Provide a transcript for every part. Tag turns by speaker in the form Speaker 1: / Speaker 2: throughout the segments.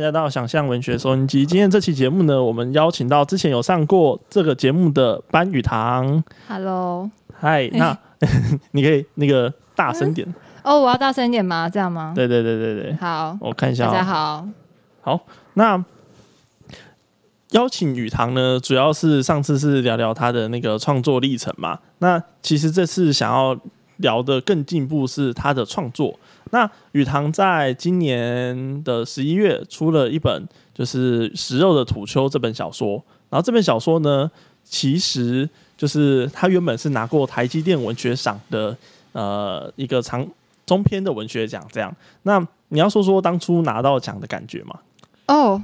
Speaker 1: 家到想象文学收音机。今天这期节目呢，我们邀请到之前有上过这个节目的班语堂。
Speaker 2: Hello，
Speaker 1: 嗨，那你可以那个大声点。
Speaker 2: 哦、我要大声一点吗？这样吗？
Speaker 1: 对对对对对，
Speaker 2: 好，
Speaker 1: 我看一下
Speaker 2: 大
Speaker 1: 哦、
Speaker 2: 家好，
Speaker 1: 那邀请雨堂呢，主要是上次是聊聊他的那个创作历程嘛。那其实这次想要聊的更进步是他的创作。那雨堂在今年的十一月出了一本就是《食肉的土丘》这本小说，然后这本小说呢，其实就是他原本是拿过台积电文学赏的呃一个长中篇的文学奖，这样。那你要说说当初拿到奖的感觉吗？
Speaker 2: 哦、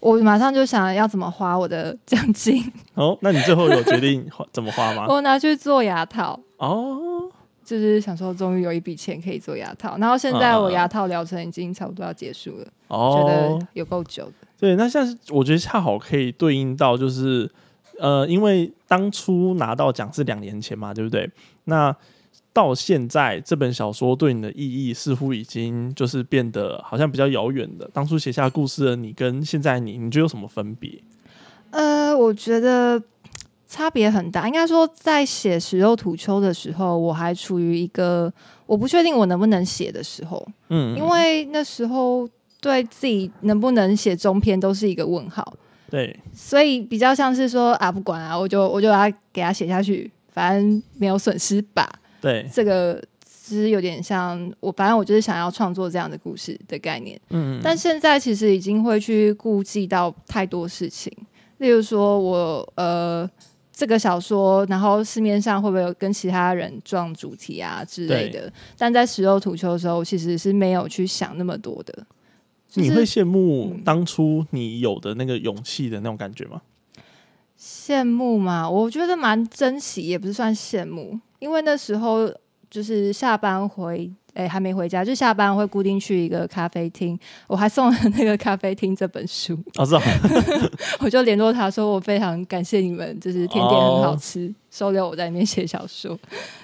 Speaker 2: 我马上就想要怎么花我的奖 金，
Speaker 1: 哦，那你最后有决定花怎么花吗？
Speaker 2: 我拿去做牙套，
Speaker 1: 哦，
Speaker 2: 就是想说终于有一笔钱可以做牙套，然后现
Speaker 1: 嗯
Speaker 2: 在
Speaker 1: 嗯嗯
Speaker 2: 我牙套疗程已经差不多要结束了，觉
Speaker 1: 哦
Speaker 2: 得，有够久的。
Speaker 1: 对，那像是我觉得恰好可以对应到，就是呃，因为当初拿到奖是两年前嘛，对不对？那到现在这本小说对你的意义似乎已经就是变得好像比较遥远的。当初写下故事的你跟现在你，你觉得有什么分别？
Speaker 2: 呃，我觉得差别很大。应该说，在写《食肉土丘》的时候，我还处于一个我不确定我能不能写的时候，
Speaker 1: 嗯，
Speaker 2: 因为那时候对自己能不能写中篇都是一个问号，
Speaker 1: 对，
Speaker 2: 所以比较像是说啊，不管啊，我就我就把它给它写下去，反正没有损失吧。
Speaker 1: 对，
Speaker 2: 这个是有点像我，反正我就是想要创作这样的故事的概念。
Speaker 1: 嗯，
Speaker 2: 但现在其实已经会去顾忌到太多事情，例如说我呃这个小说，然后市面上会不会有跟其他人撞主题啊之类的？但在食肉土丘的时候，我其实是没有去想那么多的。就是
Speaker 1: 你会羡慕
Speaker 2: 嗯
Speaker 1: 当初你有的那个勇气的那种感觉吗？
Speaker 2: 羡慕嘛？我觉得蛮珍惜，也不是算羡慕，因为那时候就是下班回，哎、还没回家，就下班会固定去一个咖啡厅，我还送了那个咖啡厅这本书，
Speaker 1: 哦，是哦，
Speaker 2: 我就联络他说，我非常感谢你们，就是甜点很好吃收留我在里面写小说。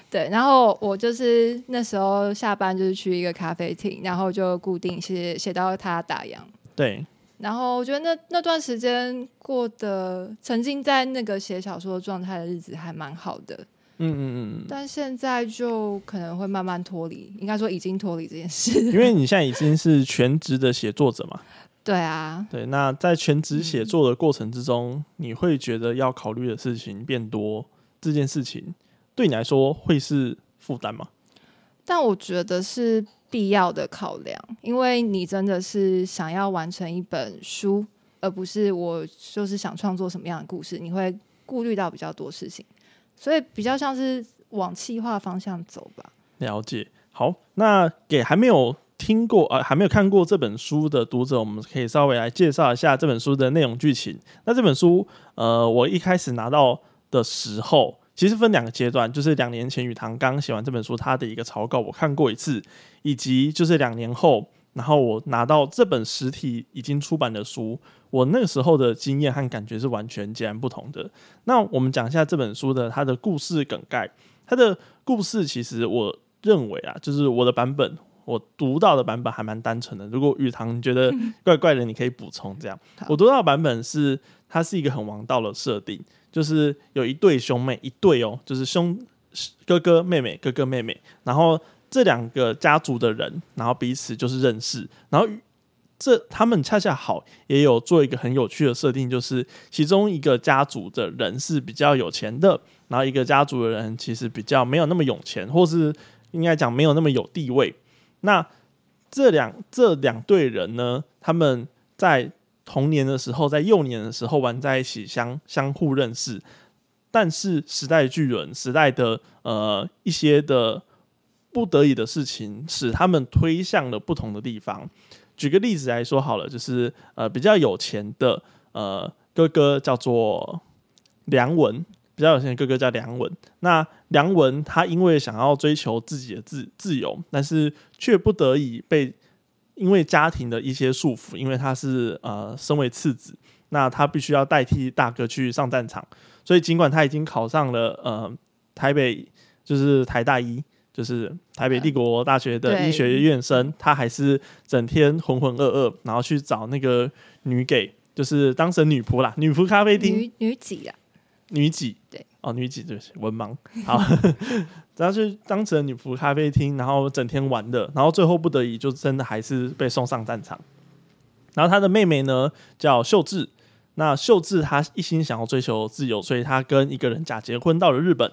Speaker 2: 对，然后我就是那时候下班就是去一个咖啡厅，然后就固定写写到他打烊。
Speaker 1: 对，
Speaker 2: 然后我觉得那那段时间过得沉浸在那个写小说状态的日子还蛮好的，
Speaker 1: 嗯嗯嗯嗯。
Speaker 2: 但现在就可能会慢慢脱离，应该说已经脱离这件事。
Speaker 1: 因为你现在已经是全职的写作者嘛，
Speaker 2: 对啊，
Speaker 1: 对，那在全职写作的过程之中，你会觉得要考虑的事情变多，这件事情对你来说会是负担吗？
Speaker 2: 但我觉得是必要的考量，因为你真的是想要完成一本书，而不是我就是想创作什么样的故事，你会顾虑到比较多事情，所以比较像是往企划方向走吧。
Speaker 1: 了解。好，那给还没有听过呃还没有看过这本书的读者，我们可以稍微来介绍一下这本书的内容剧情。那这本书呃，我一开始拿到的时候，其实分两个阶段，就是两年前雨堂刚写完这本书，他的一个草稿我看过一次，以及就是两年后。然后我拿到这本实体已经出版的书，我那个时候的经验和感觉是完全截然不同的。那我们讲一下这本书的它的故事梗概，它的故事其实我认为啊，就是我的版本，我读到的版本还蛮单纯的。如果雨堂你觉得怪怪的，你可以补充这样
Speaker 2: 好。
Speaker 1: 我读到的版本是它是一个很王道的设定，就是有一对兄妹，一对哦，就是兄哥哥妹妹，哥哥妹妹，然后这两个家族的人，然后彼此就是认识，然后。这他们恰恰好也有做一个很有趣的设定，就是其中一个家族的人是比较有钱的，然后一个家族的人其实比较没有那么有钱，或是应该讲没有那么有地位。那这两这两队人呢，他们在童年的时候，在幼年的时候玩在一起，相相互认识。但是时代的巨人，时代的呃一些的不得已的事情，使他们推向了不同的地方。举个例子来说好了，就是呃比较有钱的呃哥哥叫做梁文，比较有钱的哥哥叫梁文。那梁文他因为想要追求自己的自自由，但是却不得已被因为家庭的一些束缚，因为他是呃身为次子，那他必须要代替大哥去上战场。所以尽管他已经考上了呃台北就是台大一，就是台北帝国大学的
Speaker 2: 对
Speaker 1: 医学院生，他还是整天浑浑噩噩，然后去找那个女给，就是当成女仆啦，女仆咖啡厅
Speaker 2: 女女几啊？
Speaker 1: 女几，
Speaker 2: 对，
Speaker 1: 哦，女几对不起，文盲，好， 然后去当成女仆咖啡厅，然后整天玩的，然后最后不得已就真的还是被送上战场。然后他的妹妹呢叫秀智，那秀智她一心想要追求自由，所以她跟一个人假结婚到了日本，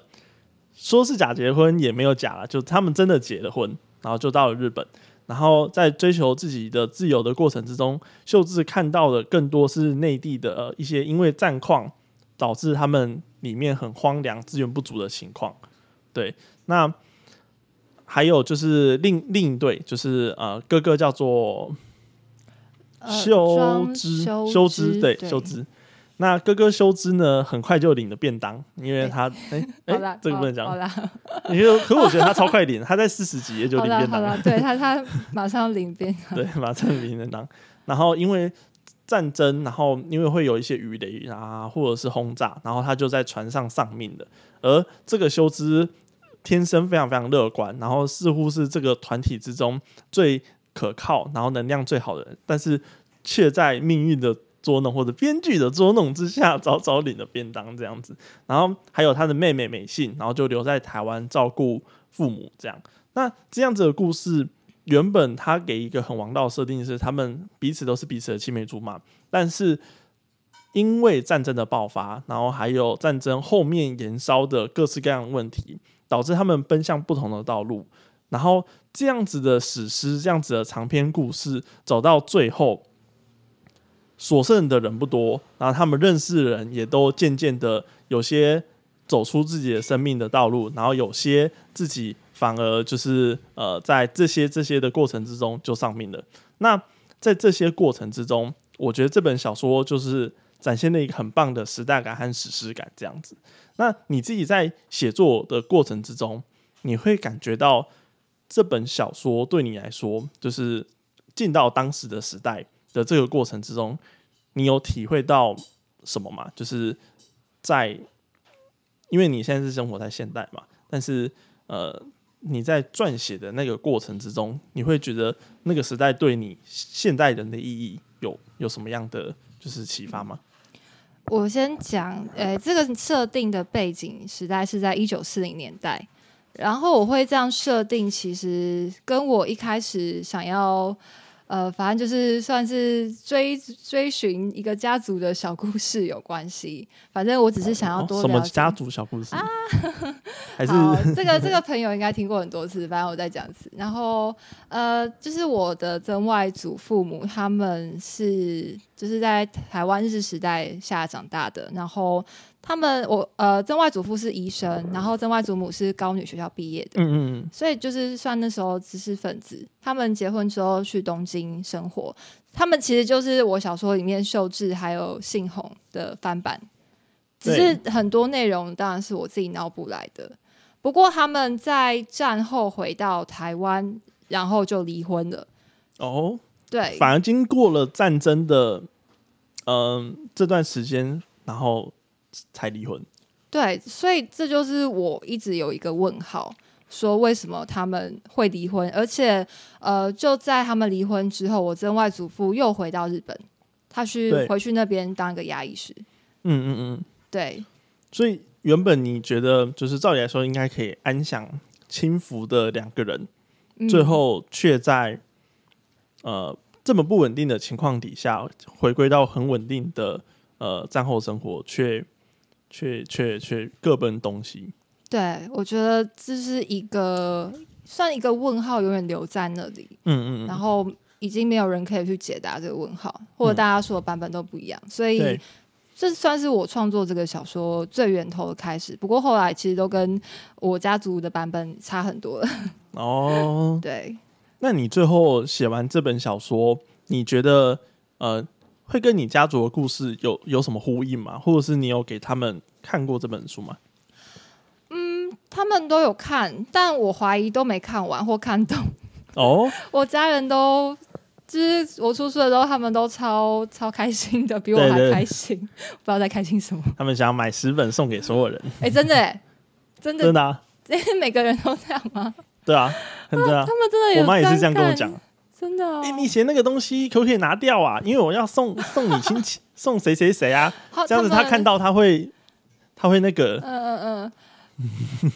Speaker 1: 说是假结婚也没有假了，就他们真的结了婚，然后就到了日本。然后在追求自己的自由的过程之中，秀智看到的更多是内地的、呃一些因为战况导致他们里面很荒凉、资源不足的情况。对，那还有就是另另一对，就是呃，哥哥叫做
Speaker 2: 呃
Speaker 1: 修
Speaker 2: 庄
Speaker 1: 之，
Speaker 2: 修
Speaker 1: 修之，对，
Speaker 2: 对
Speaker 1: 修之。那哥哥修之呢，很快就领了便当，因为他哎
Speaker 2: 好
Speaker 1: 哎、
Speaker 2: 啦，
Speaker 1: 这个不能
Speaker 2: 好好
Speaker 1: 讲。
Speaker 2: 啦，
Speaker 1: 你就可我觉得他超快领，他在四十几页就
Speaker 2: 好
Speaker 1: 领
Speaker 2: 啦，
Speaker 1: 便
Speaker 2: 好
Speaker 1: 当了
Speaker 2: 啦，，对他他马上领便 当，
Speaker 1: 对，马上领便当。然后因为战争，然后因为会有一些鱼雷啊，或者是轰炸，然后他就在船上丧命的。而这个修之天生非常非常乐观，然后似乎是这个团体之中最可靠，然后能量最好的人，但是却在命运的捉弄或者编剧的捉弄之下，早早领了便当这样子。然后还有他的妹妹美信，然后就留在台湾照顾父母这样。那这样子的故事，原本他给一个很王道的设定是，他们彼此都是彼此的青梅竹马，但是因为战争的爆发，然后还有战争后面延烧的各式各样的问题，导致他们奔向不同的道路。然后这样子的史诗，这样子的长篇故事，走到最后，所剩的人不多，然后他们认识的人也都渐渐的有些走出自己的生命的道路，然后有些自己反而就是呃，在这些这些的过程之中就丧命了。那在这些过程之中，我觉得这本小说就是展现了一个很棒的时代感和史诗感这样子。那你自己在写作的过程之中，你会感觉到这本小说对你来说，就是进到当时的时代的这个过程之中，你有体会到什么吗？就是在因为你现在是生活在现代嘛，但是呃，你在撰写的那个过程之中，你会觉得那个时代对你现代人的意义有有什么样的就是启发吗？
Speaker 2: 我先讲，呃，这个设定的背景时代是在一九四零年代，然后我会这样设定，其实跟我一开始想要，呃，反正就是算是追追寻一个家族的小故事有关系。反正我只是想要
Speaker 1: 哦
Speaker 2: 多
Speaker 1: 什么
Speaker 2: 了解。啊
Speaker 1: 家族小故事，还是
Speaker 2: 好，啊这个这个朋友应该听过很多次，反正我再讲一次。然后呃，就是我的曾外祖父母，他们是就是在台湾日治时代下长大的。然后他们我呃，曾外祖父是医生，然后曾外祖母是高女学校毕业的，
Speaker 1: 嗯嗯
Speaker 2: 所以就是算那时候知识分子。他们结婚之后去东京生活，他们其实就是我小说里面秀智还有信宏的翻版，只是很多内容当然是我自己脑补来的。不过他们在战后回到台湾，然后就离婚了。
Speaker 1: 哦，
Speaker 2: 对，
Speaker 1: 反而经过了战争的嗯、这段时间，然后才离婚。
Speaker 2: 对，所以这就是我一直有一个问号，说为什么他们会离婚？而且，呃，就在他们离婚之后，我曾外祖父又回到日本，他去
Speaker 1: 对
Speaker 2: 回去那边当一个牙医师。
Speaker 1: 嗯嗯嗯，
Speaker 2: 对，
Speaker 1: 所以原本你觉得就是照理来说应该可以安享清福的两个人，
Speaker 2: 嗯
Speaker 1: 最后却在呃这么不稳定的情况底下，回归到很稳定的呃战后生活，却却却却各奔东西。
Speaker 2: 对我觉得这是一个算一个问号，永远留在那里。
Speaker 1: 嗯嗯
Speaker 2: 然
Speaker 1: 嗯，
Speaker 2: 后已经没有人可以去解答这个问号，或者大家说的版本都不一样，所以
Speaker 1: 对，
Speaker 2: 这算是我创作这个小说最源头的开始。不过后来其实都跟我家族的版本差很多了。
Speaker 1: 哦，
Speaker 2: 对，
Speaker 1: 那你最后写完这本小说，你觉得呃会跟你家族的故事有有什么呼应吗？或者是你有给他们看过这本书吗？
Speaker 2: 他们都有看，但我怀疑都没看完或看懂。
Speaker 1: 哦，
Speaker 2: 我家人都。就是我出书的时候，他们都超超开心的，比我
Speaker 1: 对
Speaker 2: 还
Speaker 1: 对
Speaker 2: 开心，不知道在开心什么。
Speaker 1: 他们想要买十本送给所有人，
Speaker 2: 哎、真的、欸，真的，
Speaker 1: 真的、啊。
Speaker 2: 每个人都这样吗？
Speaker 1: 对啊，很对啊。
Speaker 2: 他们真的有
Speaker 1: 我妈也是这样
Speaker 2: 翻
Speaker 1: 跟我
Speaker 2: 看
Speaker 1: 讲，，啊
Speaker 2: 真的、哦
Speaker 1: 哎、你写那个东西可不可以拿掉啊？因为我要送送你亲戚，送谁谁谁啊，
Speaker 2: 好
Speaker 1: 这样子
Speaker 2: 哦他
Speaker 1: 他
Speaker 2: 们
Speaker 1: 看到他会他会那个，
Speaker 2: 嗯 嗯嗯，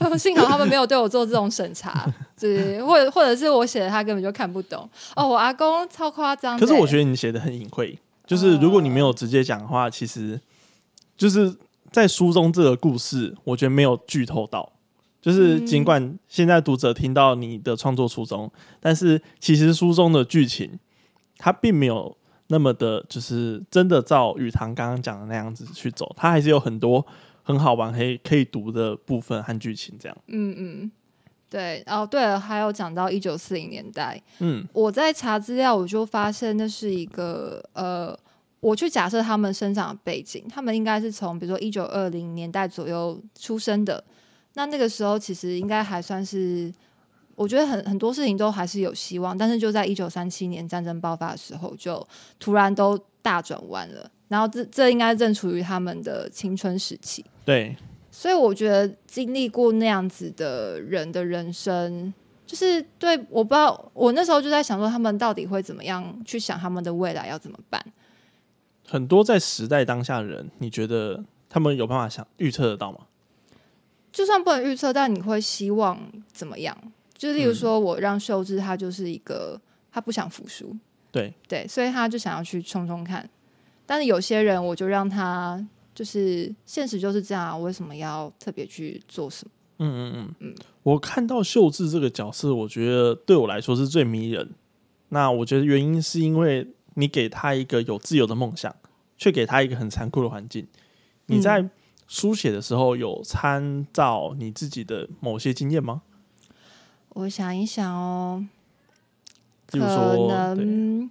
Speaker 2: 呃幸好他们没有对我做这种审查， 对，或者或者是我写的他根本就看不懂。哦，我阿公超夸张的欸、
Speaker 1: 可是我觉得你写的很隐晦，就是如果你没有直接讲的话，其实就是在书中这个故事，我觉得没有剧透到。就是
Speaker 2: 嗯
Speaker 1: 尽管现在读者听到你的创作初衷，但是其实书中的剧情它并没有那么的，就是真的照雨堂刚刚讲的那样子去走，它还是有很多很好玩、可以可以读的部分和剧情这样。
Speaker 2: 嗯嗯，对，哦对了，还有讲到一九四零年代，
Speaker 1: 嗯
Speaker 2: 我在查资料，我就发现那是一个呃，我去假设他们生长的背景，他们应该是从比如说一九二零年代左右出生的。那那个时候其实应该还算是，我觉得很很多事情都还是有希望，但是就在一九三七年战争爆发的时候，就突然都大转弯了。然后这这应该正处于他们的青春时期，
Speaker 1: 对，
Speaker 2: 所以我觉得经历过那样子的人的人生，就是对我不知道，我那时候就在想说，他们到底会怎么样去想他们的未来要怎么办？
Speaker 1: 很多在时代当下的人，你觉得他们有办法想预测得到吗？
Speaker 2: 就算不能预测，但你会希望怎么样？就例如说，我让秀智，她就是一个她不想服输，
Speaker 1: 对
Speaker 2: 对，所以她就想要去冲冲看。但是有些人，我就让他就是现实就是这样、啊，我为什么要特别去做什么？
Speaker 1: 嗯嗯嗯，我看到秀智这个角色，我觉得对我来说是最迷人。那我觉得原因是因为你给他一个有自由的梦想，却给他一个很残酷的环境。
Speaker 2: 嗯
Speaker 1: 你在书写的时候有参照你自己的某些经验吗？
Speaker 2: 我想一想哦，
Speaker 1: 比
Speaker 2: 可
Speaker 1: 如说对
Speaker 2: 能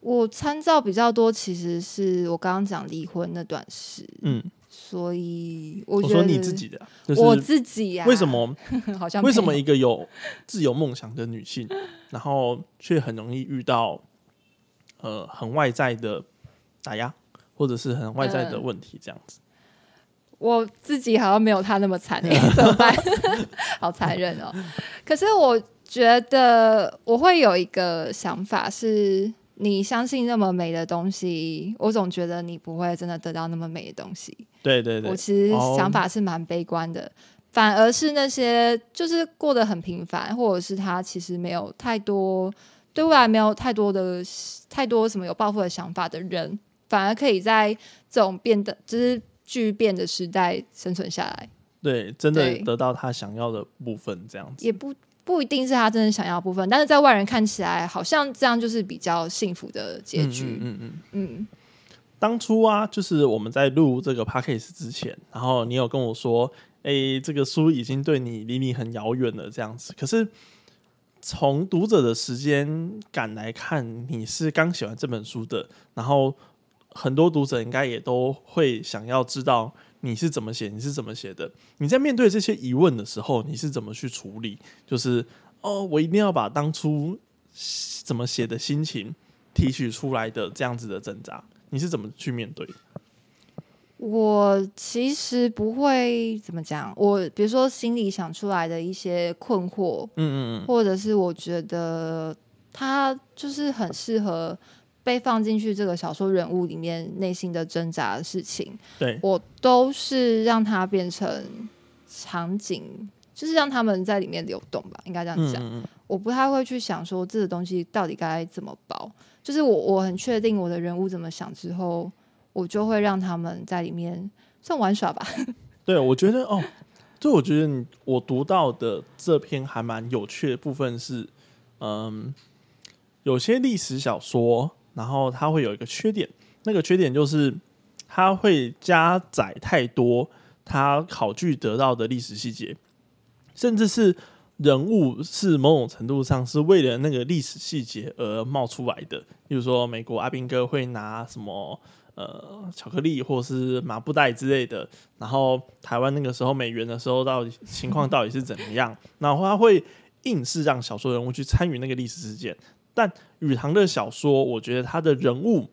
Speaker 2: 我参照比较多，其实是我刚刚讲离婚那段事，
Speaker 1: 嗯，
Speaker 2: 所以我
Speaker 1: 我
Speaker 2: 觉得
Speaker 1: 说你自己的，就是
Speaker 2: 我自己啊呀、
Speaker 1: 为什么
Speaker 2: 好像
Speaker 1: 为什么
Speaker 2: 没有
Speaker 1: 一个有自由梦想的女性，然后却很容易遇到呃很外在的打压，或者是很外在
Speaker 2: 嗯
Speaker 1: 的问题这样子？
Speaker 2: 我自己好像没有他那么惨、 欸，怎么办？ 好残忍哦！可是我觉得我会有一个想法是。你相信那么美的东西，我总觉得你不会真的得到那么美的东西。
Speaker 1: 对对对
Speaker 2: 我，其实
Speaker 1: 哦
Speaker 2: 想法是蛮悲观的，反而是那些就是过得很平凡，或者是他其实没有太多对未来没有太多的太多什么有抱负的想法的人，反而可以在这种变得就是巨变的时代生存下来，
Speaker 1: 对，真的
Speaker 2: 对
Speaker 1: 得到她想要的部分这样子。
Speaker 2: 也不。不一定是他真的想要的部分，但是在外人看起来，好像这样就是比较幸福的
Speaker 1: 嗯
Speaker 2: 结
Speaker 1: 嗯
Speaker 2: 局。
Speaker 1: 嗯嗯。
Speaker 2: 嗯
Speaker 1: 当初啊，就是我们在录这个 podcast 之前，然后你有跟我说，诶、这个书已经对你离你很遥远了，这样子。可是从读者的时间感来看，你是刚写完这本书的，然后很多读者应该也都会想要知道你是怎么写，你是怎么写的。你在面对这些疑问的时候，你是怎么去处理？就是哦，我一定要把当初怎么写的心情提取出来的这样子的挣扎。你是怎么去面对的？
Speaker 2: 我其实不会怎么讲，我比如说心里想出来的一些困惑，
Speaker 1: 嗯嗯
Speaker 2: 或者是我觉得他就是很适合被放进去这个小说人物里面内心的挣扎的事情
Speaker 1: 嗯，，对，
Speaker 2: 我都是让它变成场景，就是让他们在里面流动吧，应该这样
Speaker 1: 嗯
Speaker 2: 讲。
Speaker 1: 嗯嗯，
Speaker 2: 我不太会去想说这个东西到底该怎么包，就是我我很确定我的人物怎么想之后，我就会让他们在里面算玩耍吧。
Speaker 1: 对，我觉得哦，就我觉得你我读到的这篇还蛮有趣的部分是，嗯，有些历史小说，然后它会有一个缺点，那个缺点就是它会加载太多它考据得到的历史细节，甚至是人物是某种程度上是为了那个历史细节而冒出来的。比如说，美国阿兵哥会拿什么呃巧克力或是麻布袋之类的，然后台湾那个时候美元的时候到底情况到底是怎么样， 然后他会硬是让小说人物去参与那个历史事件。但宇航的小说，我觉得他的人物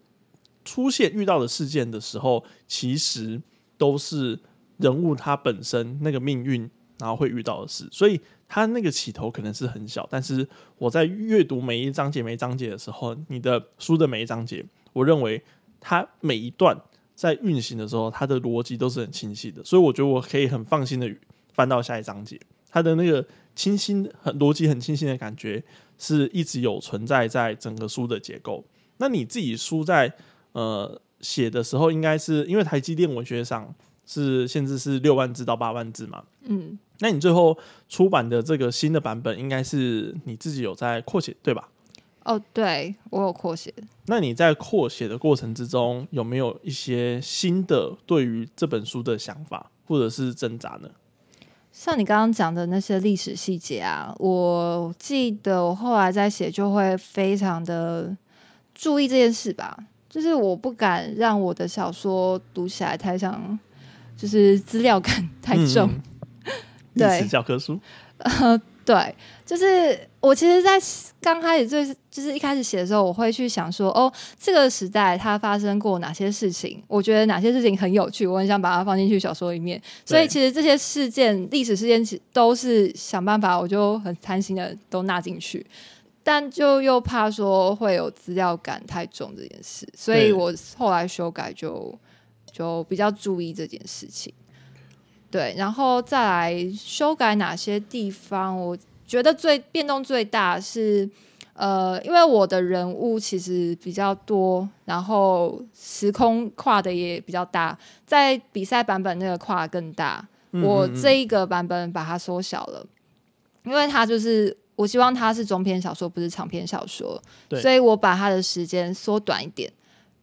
Speaker 1: 出现遇到的事件的时候，其实都是人物他本身那个命运，然后会遇到的事。所以它那个起头可能是很小，但是我在阅读每一章节、每一章节的时候，你的书的每一章节，我认为它每一段在运行的时候，它的逻辑都是很清晰的。所以我觉得我可以很放心的翻到下一章节，它的那个清新、很逻辑很清晰的感觉，是一直有存在在整个书的结构。那你自己书在呃写的时候，应该是因为台积电文学上是限制是六万字到八万字嘛？
Speaker 2: 嗯，
Speaker 1: 那你最后出版的这个新的版本，应该是你自己有在扩写对吧？
Speaker 2: 哦，对我有扩写，
Speaker 1: 那你在扩写的过程之中，有没有一些新的对于这本书的想法或者是挣扎呢？
Speaker 2: 像你刚刚讲的那些历史细节啊，我记得我后来在写就会非常的注意这件事吧，就是我不敢让我的小说读起来太像，就是资料 感太重。
Speaker 1: 嗯历
Speaker 2: 对
Speaker 1: 史教科书，
Speaker 2: 对，就是我其实，在刚开始最就是一开始写的时候，我会去想说，哦，这个时代它发生过哪些事情？我觉得哪些事情很有趣，我很想把它放进去小说里面。所以
Speaker 1: 对
Speaker 2: 其实这些事件、历史事件其都是想办法，我就很贪心的都纳进去，但就又怕说会有资料感太重这件事，所以
Speaker 1: 对
Speaker 2: 我后来修改就就比较注意这件事情。对，然后再来修改哪些地方，我觉得最变动最大是，呃，因为我的人物其实比较多，然后时空跨的也比较大，在比赛版本那个跨更大，
Speaker 1: 嗯
Speaker 2: 我
Speaker 1: 嗯嗯
Speaker 2: 这一个版本把它缩小了，因为它就是我希望它是中篇小说，不是长篇小说
Speaker 1: 对，
Speaker 2: 所以我把它的时间缩短一点，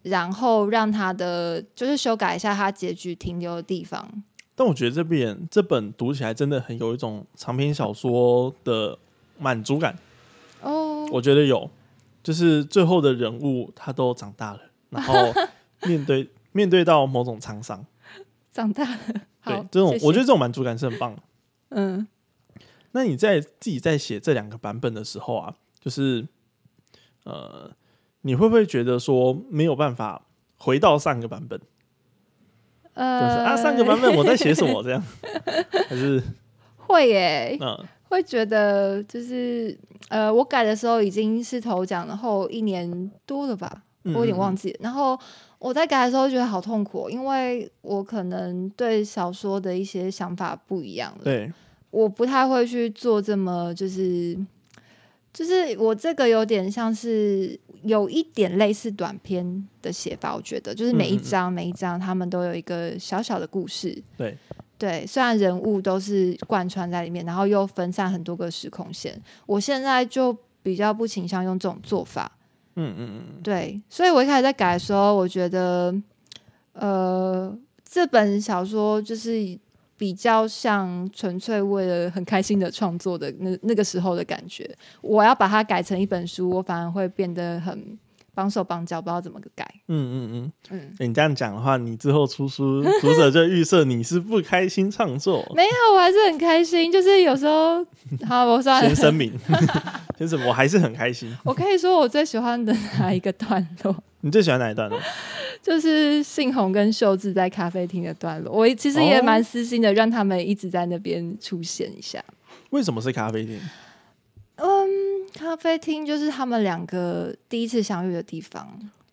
Speaker 2: 然后让它的就是修改一下它结局停留的地方。
Speaker 1: 但我觉得这边这本读起来真的很有一种长篇小说的满足感，
Speaker 2: 哦，
Speaker 1: 我觉得有，就是最后的人物他都长大了，然后面对面对到某种沧桑，
Speaker 2: 长大了，
Speaker 1: 对
Speaker 2: 好，
Speaker 1: 这种
Speaker 2: 谢谢
Speaker 1: 我觉得这种满足感是很棒的。
Speaker 2: 嗯，
Speaker 1: 那你在自己在写这两个版本的时候啊，就是呃，你会不会觉得说没有办法回到上个版本？就是
Speaker 2: 呃，
Speaker 1: 啊，上个版本我在写什么 这样？还是
Speaker 2: 会耶，
Speaker 1: 嗯
Speaker 2: 会觉得就是呃，我改的时候已经是头奖，然后一年多了吧，
Speaker 1: 嗯
Speaker 2: 我有点忘记了。然后我在改的时候觉得好痛苦哦，因为我可能对小说的一些想法不一样了，
Speaker 1: 对，
Speaker 2: 我不太会去做这么就是。就是我这个有点像是有一点类似短篇的写法，我觉得就是每一
Speaker 1: 嗯嗯嗯
Speaker 2: 章每一章他们都有一个小小的故事，
Speaker 1: 对，
Speaker 2: 对，虽然人物都是贯穿在里面，然后又分散很多个时空线，我现在就比较不倾向用这种做法。
Speaker 1: 嗯嗯嗯，
Speaker 2: 对，所以我一开始在改的时候，我觉得，呃，这本小说就是比较像纯粹为了很开心的创作的那那个时候的感觉。我要把它改成一本书，我反而会变得很帮手帮脚，不知道怎么改。
Speaker 1: 嗯嗯嗯。
Speaker 2: 嗯，
Speaker 1: 欸你这样讲的话，你之后出书，读者就预设你是不开心创作。
Speaker 2: 没有，我还是很开心。就是有时候，好，我算了
Speaker 1: 先。声明，先什么？我还是很开心。
Speaker 2: 我可以说我最喜欢的哪一个段落，
Speaker 1: 你最喜欢哪一段呢？
Speaker 2: 就是信宏跟秀智在咖啡厅的段落。我其实也蛮私心的，让他们一直在那边出现一下。
Speaker 1: 为什么是咖啡厅？
Speaker 2: 嗯咖啡厅就是他们两个第一次相遇的地方，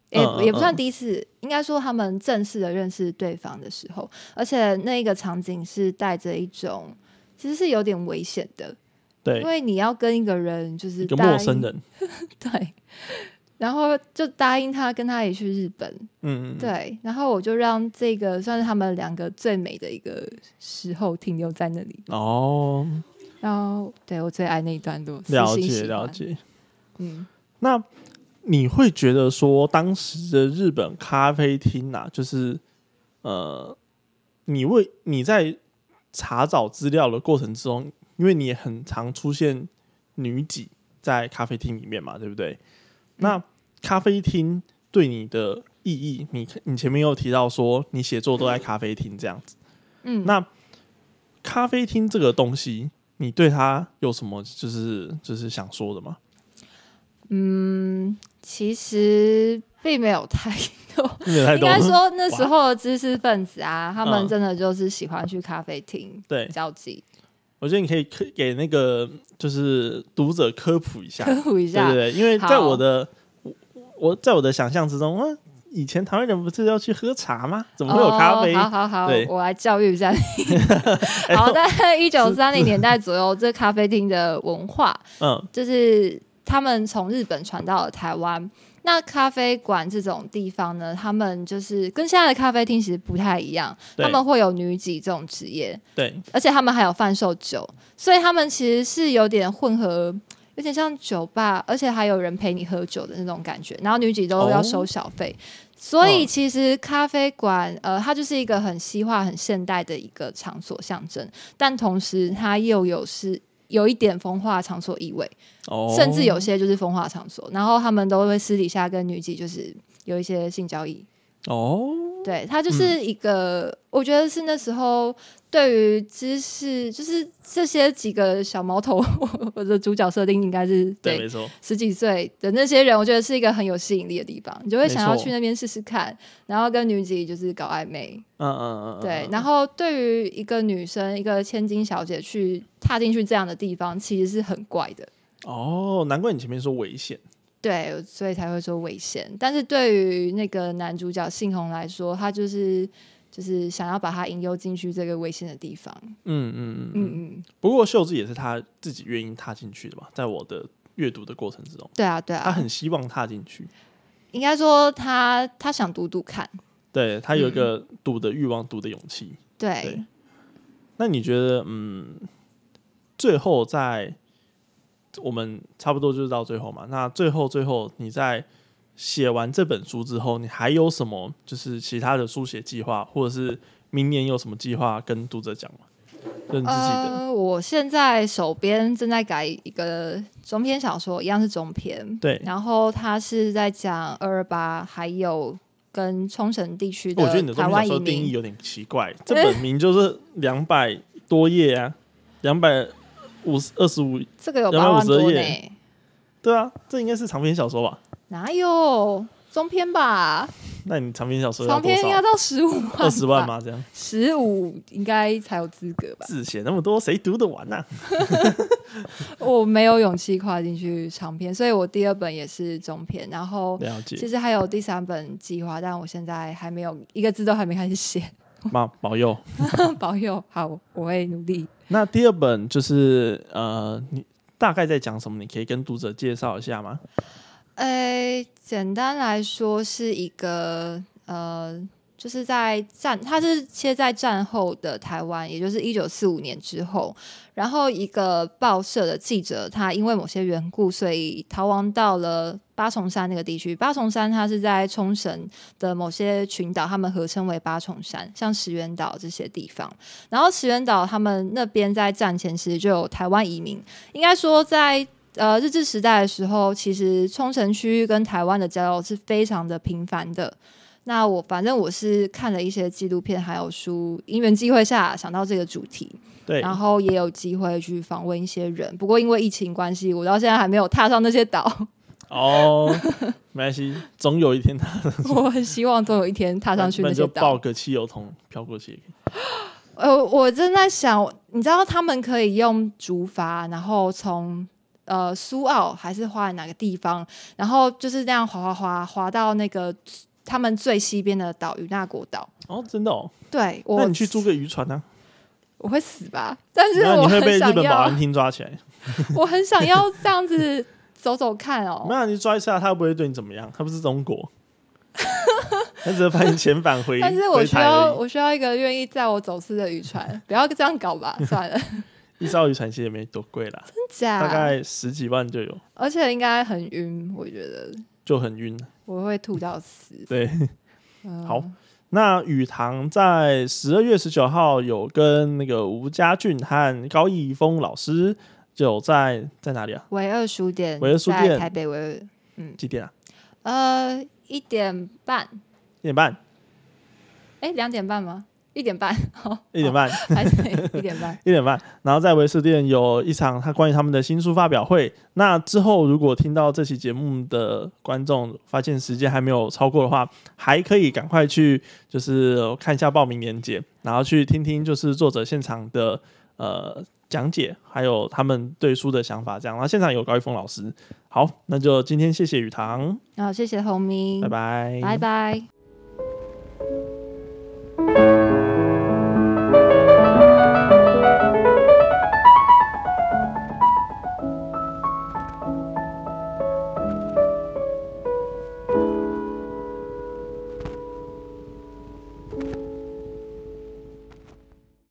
Speaker 2: 也、
Speaker 1: 嗯嗯
Speaker 2: 也不算
Speaker 1: 嗯
Speaker 2: 第一次，应该说他们正式的认识对方的时候，而且那个场景是带着一种其实是有点危险的，
Speaker 1: 对
Speaker 2: 因，为你要跟一个人就是
Speaker 1: 一个
Speaker 2: 答
Speaker 1: 陌
Speaker 2: 应
Speaker 1: 生人。
Speaker 2: 对，然后就答应他跟他一起去日本，
Speaker 1: 嗯，嗯，嗯
Speaker 2: 对，然后我就让这个算是他们两个最美的一个时候停留在那里。
Speaker 1: 哦，
Speaker 2: 然后，对我最爱那一段路，啊私
Speaker 1: 了
Speaker 2: 心
Speaker 1: 解
Speaker 2: 喜
Speaker 1: 了
Speaker 2: 欢。
Speaker 1: 解。
Speaker 2: 嗯，
Speaker 1: 那你会觉得说，当时的日本咖啡厅啊，就是呃，你为你在查找资料的过程之中，因为你也很常出现女几在咖啡厅里面嘛，对不
Speaker 2: 嗯
Speaker 1: 对？那咖啡厅对你的意义，你你前面有提到说，你写作都在咖啡厅这样子。
Speaker 2: 嗯
Speaker 1: 那咖啡厅这个东西，你对它有什么就是就是想说的吗？
Speaker 2: 其实并没有太多，
Speaker 1: 没有太
Speaker 2: 应
Speaker 1: 多。嗯
Speaker 2: 该说那时候的知识分子啊，他们真的就是喜欢去咖啡厅
Speaker 1: 对
Speaker 2: 交际。
Speaker 1: 我觉得你可以科给那个就是读者科普一下，
Speaker 2: 科普一
Speaker 1: 对
Speaker 2: 下
Speaker 1: 对，对，因为在
Speaker 2: 好
Speaker 1: 我的我我在我的想象之中，啊，以前台湾人不是要去喝茶吗？怎么会有咖啡？
Speaker 2: 哦、好好好
Speaker 1: 对，哎
Speaker 2: 我来教育 一下你。好，在一九三零年代左右，这咖啡厅的文化
Speaker 1: 嗯
Speaker 2: 就是他们从日本传到了台湾。那咖啡馆这种地方呢，他们就是跟现在的咖啡厅其实不太一样，
Speaker 1: 对
Speaker 2: 他们会有女几这种职业，
Speaker 1: 对
Speaker 2: 而且他们还有贩售酒，所以他们其实是有点混合。有点像酒吧，而且还有人陪你喝酒的那种感觉，然后女几都要收小费，所以
Speaker 1: 嗯
Speaker 2: 其实咖啡馆，呃，它就是一个很西化、很现代的一个场所象征，但同时它又有是有一点风化场所意味，
Speaker 1: 哦，
Speaker 2: 甚至有些就是风化场所，然后他们都会私底下跟女几就是有一些性交易。
Speaker 1: 哦，
Speaker 2: 对，它就是一个，我觉得是那时候对于知识，就是这些几个小毛头， 我我的主角设定应该是
Speaker 1: 对，
Speaker 2: 对
Speaker 1: 没错，
Speaker 2: 十几岁的那些人，我觉得是一个很有吸引力的地方，你就会想要
Speaker 1: 没错
Speaker 2: 去那边试试看，然后跟女几就是搞暧昧。
Speaker 1: 嗯嗯嗯，嗯
Speaker 2: 对，
Speaker 1: 嗯
Speaker 2: 然后对于一个女生，一个千金小姐去踏进去这样的地方，其实是很怪的。
Speaker 1: 哦，难怪你前面说危险，
Speaker 2: 对，所以才会说危险。但是对于那个男主角信宏来说，他就是就是想要把他引诱进去这个危险的地方。
Speaker 1: 嗯嗯嗯嗯。
Speaker 2: 嗯嗯，
Speaker 1: 不过秀智也是他自己愿意踏进去的吧，在我的阅读的过程之中，
Speaker 2: 对啊对
Speaker 1: 他
Speaker 2: 啊，
Speaker 1: 很希望踏进去，
Speaker 2: 应该说他他想赌赌看。
Speaker 1: 对他有一个
Speaker 2: 嗯
Speaker 1: 赌的欲望，赌的勇气。
Speaker 2: 对，
Speaker 1: 对那你觉得，嗯，最后在我们差不多就是到最后嘛？那最后最后你在写完这本书之后，你还有什么就是其他的书写计划，或者是明年有什么计划跟读者讲吗？就你自己的，
Speaker 2: 呃，我现在手边正在改一个中篇小说，一样是中篇。
Speaker 1: 对
Speaker 2: 然后他是在讲二二八，还有跟冲绳地区
Speaker 1: 哦我觉得你的
Speaker 2: 台
Speaker 1: 中文小
Speaker 2: 湾
Speaker 1: 说
Speaker 2: 移
Speaker 1: 的定义
Speaker 2: 民。
Speaker 1: 有点奇怪，这本名就是两百多页啊，两百五十二十五，
Speaker 2: 这个有
Speaker 1: 252
Speaker 2: 八万多
Speaker 1: 页
Speaker 2: 呢，
Speaker 1: 对啊，这应该是长篇小说吧？
Speaker 2: 哪有中篇吧？
Speaker 1: 那你长篇小说要
Speaker 2: 长
Speaker 1: 多
Speaker 2: 篇应该
Speaker 1: 少？
Speaker 2: 到十五万，
Speaker 1: 二十万？吗？这样？
Speaker 2: 十五应该才有资格吧？
Speaker 1: 字写那么多，谁读得完啊呐、
Speaker 2: 我没有勇气跨进去长篇，所以我第二本也是中篇，然后
Speaker 1: 了
Speaker 2: 其
Speaker 1: 解，
Speaker 2: 实还有第三本计划，但我现在还没有一个字都还没开始写。
Speaker 1: 妈保佑。
Speaker 2: 保佑，好，我会努力。
Speaker 1: 那第二本就是呃，你大概在讲什么？你可以跟读者介绍一下吗？
Speaker 2: 诶，呃简单来说是一个呃，就是在战，它是切在战后的台湾，也就是一九四五年之后，然后一个报社的记者，他因为某些缘故，所以逃亡到了八重山那个地区。八重山它是在冲绳的某些群岛，他们合称为八重山，像石垣岛这些地方。然后石垣岛他们那边在战前其实就有台湾移民，应该说在。呃，日治时代的时候，其实冲绳区域跟台湾的交流是非常的频繁的。那我反正我是看了一些纪录片，还有书，因缘机会下想到这个主题，
Speaker 1: 对，
Speaker 2: 然后也有机会去访问一些人。不过因为疫情关系，我到现在还没有踏上那些岛。
Speaker 1: 哦，没关系，总有一天他
Speaker 2: 我很希望总有一天踏上去
Speaker 1: 那
Speaker 2: 那
Speaker 1: 就
Speaker 2: 些
Speaker 1: 抱
Speaker 2: 岛。
Speaker 1: 个汽油桶飘过去也可以。
Speaker 2: 呃，我正在想，你知道他们可以用竹筏，然后从呃苏澳还是花莲哪个地方，然后就是那样滑滑滑滑到那个他们最西边的岛与那国岛。
Speaker 1: 哦，真的哦，
Speaker 2: 对我，
Speaker 1: 那你去租个渔船啊？
Speaker 2: 我会死吧？但是
Speaker 1: 那
Speaker 2: 我
Speaker 1: 你会
Speaker 2: 很
Speaker 1: 被日
Speaker 2: 想
Speaker 1: 本保
Speaker 2: 要
Speaker 1: 安，厅抓起来？
Speaker 2: 我很想要这样子走走 看哦。
Speaker 1: 没有，你抓一下，他又不会对你怎么样，他不是中 国，他只是把你遣返回。
Speaker 2: 但是我
Speaker 1: 回
Speaker 2: 需
Speaker 1: 台
Speaker 2: 要
Speaker 1: 而
Speaker 2: 我需要一个愿意载我走私的渔船， 不要这样搞吧，算了，真
Speaker 1: 已，一艘渔船其实也没多贵啦， 大
Speaker 2: 假？
Speaker 1: 概十几万就有，
Speaker 2: 而且应该很晕，我觉得
Speaker 1: 就很晕。
Speaker 2: 我会吐到死。
Speaker 1: 对，
Speaker 2: 嗯
Speaker 1: 好，那雨堂在十二月十九号有跟那个吴家俊和高义峰老师有在在哪里啊？
Speaker 2: 唯二书店，
Speaker 1: 唯二书店
Speaker 2: 在台北唯二，
Speaker 1: 几点啊？
Speaker 2: 呃，一点半，
Speaker 1: 一点半，
Speaker 2: 哎，两点半吗？一点半， 好，
Speaker 1: 一点半，
Speaker 2: 还是一点半。
Speaker 1: 一点半。然后在维士店有一场他关于他们的新书发表会。那之后如果听到这期节目的观众发现时间还没有超过的话，还可以赶快去就是看一下报名链接，然后去听听就是作者现场的呃讲解，还有他们对书的想法这样。然后现场有高一峰老师，好，那就今天谢谢雨堂，
Speaker 2: 然后谢谢红明，
Speaker 1: 拜拜，
Speaker 2: 拜拜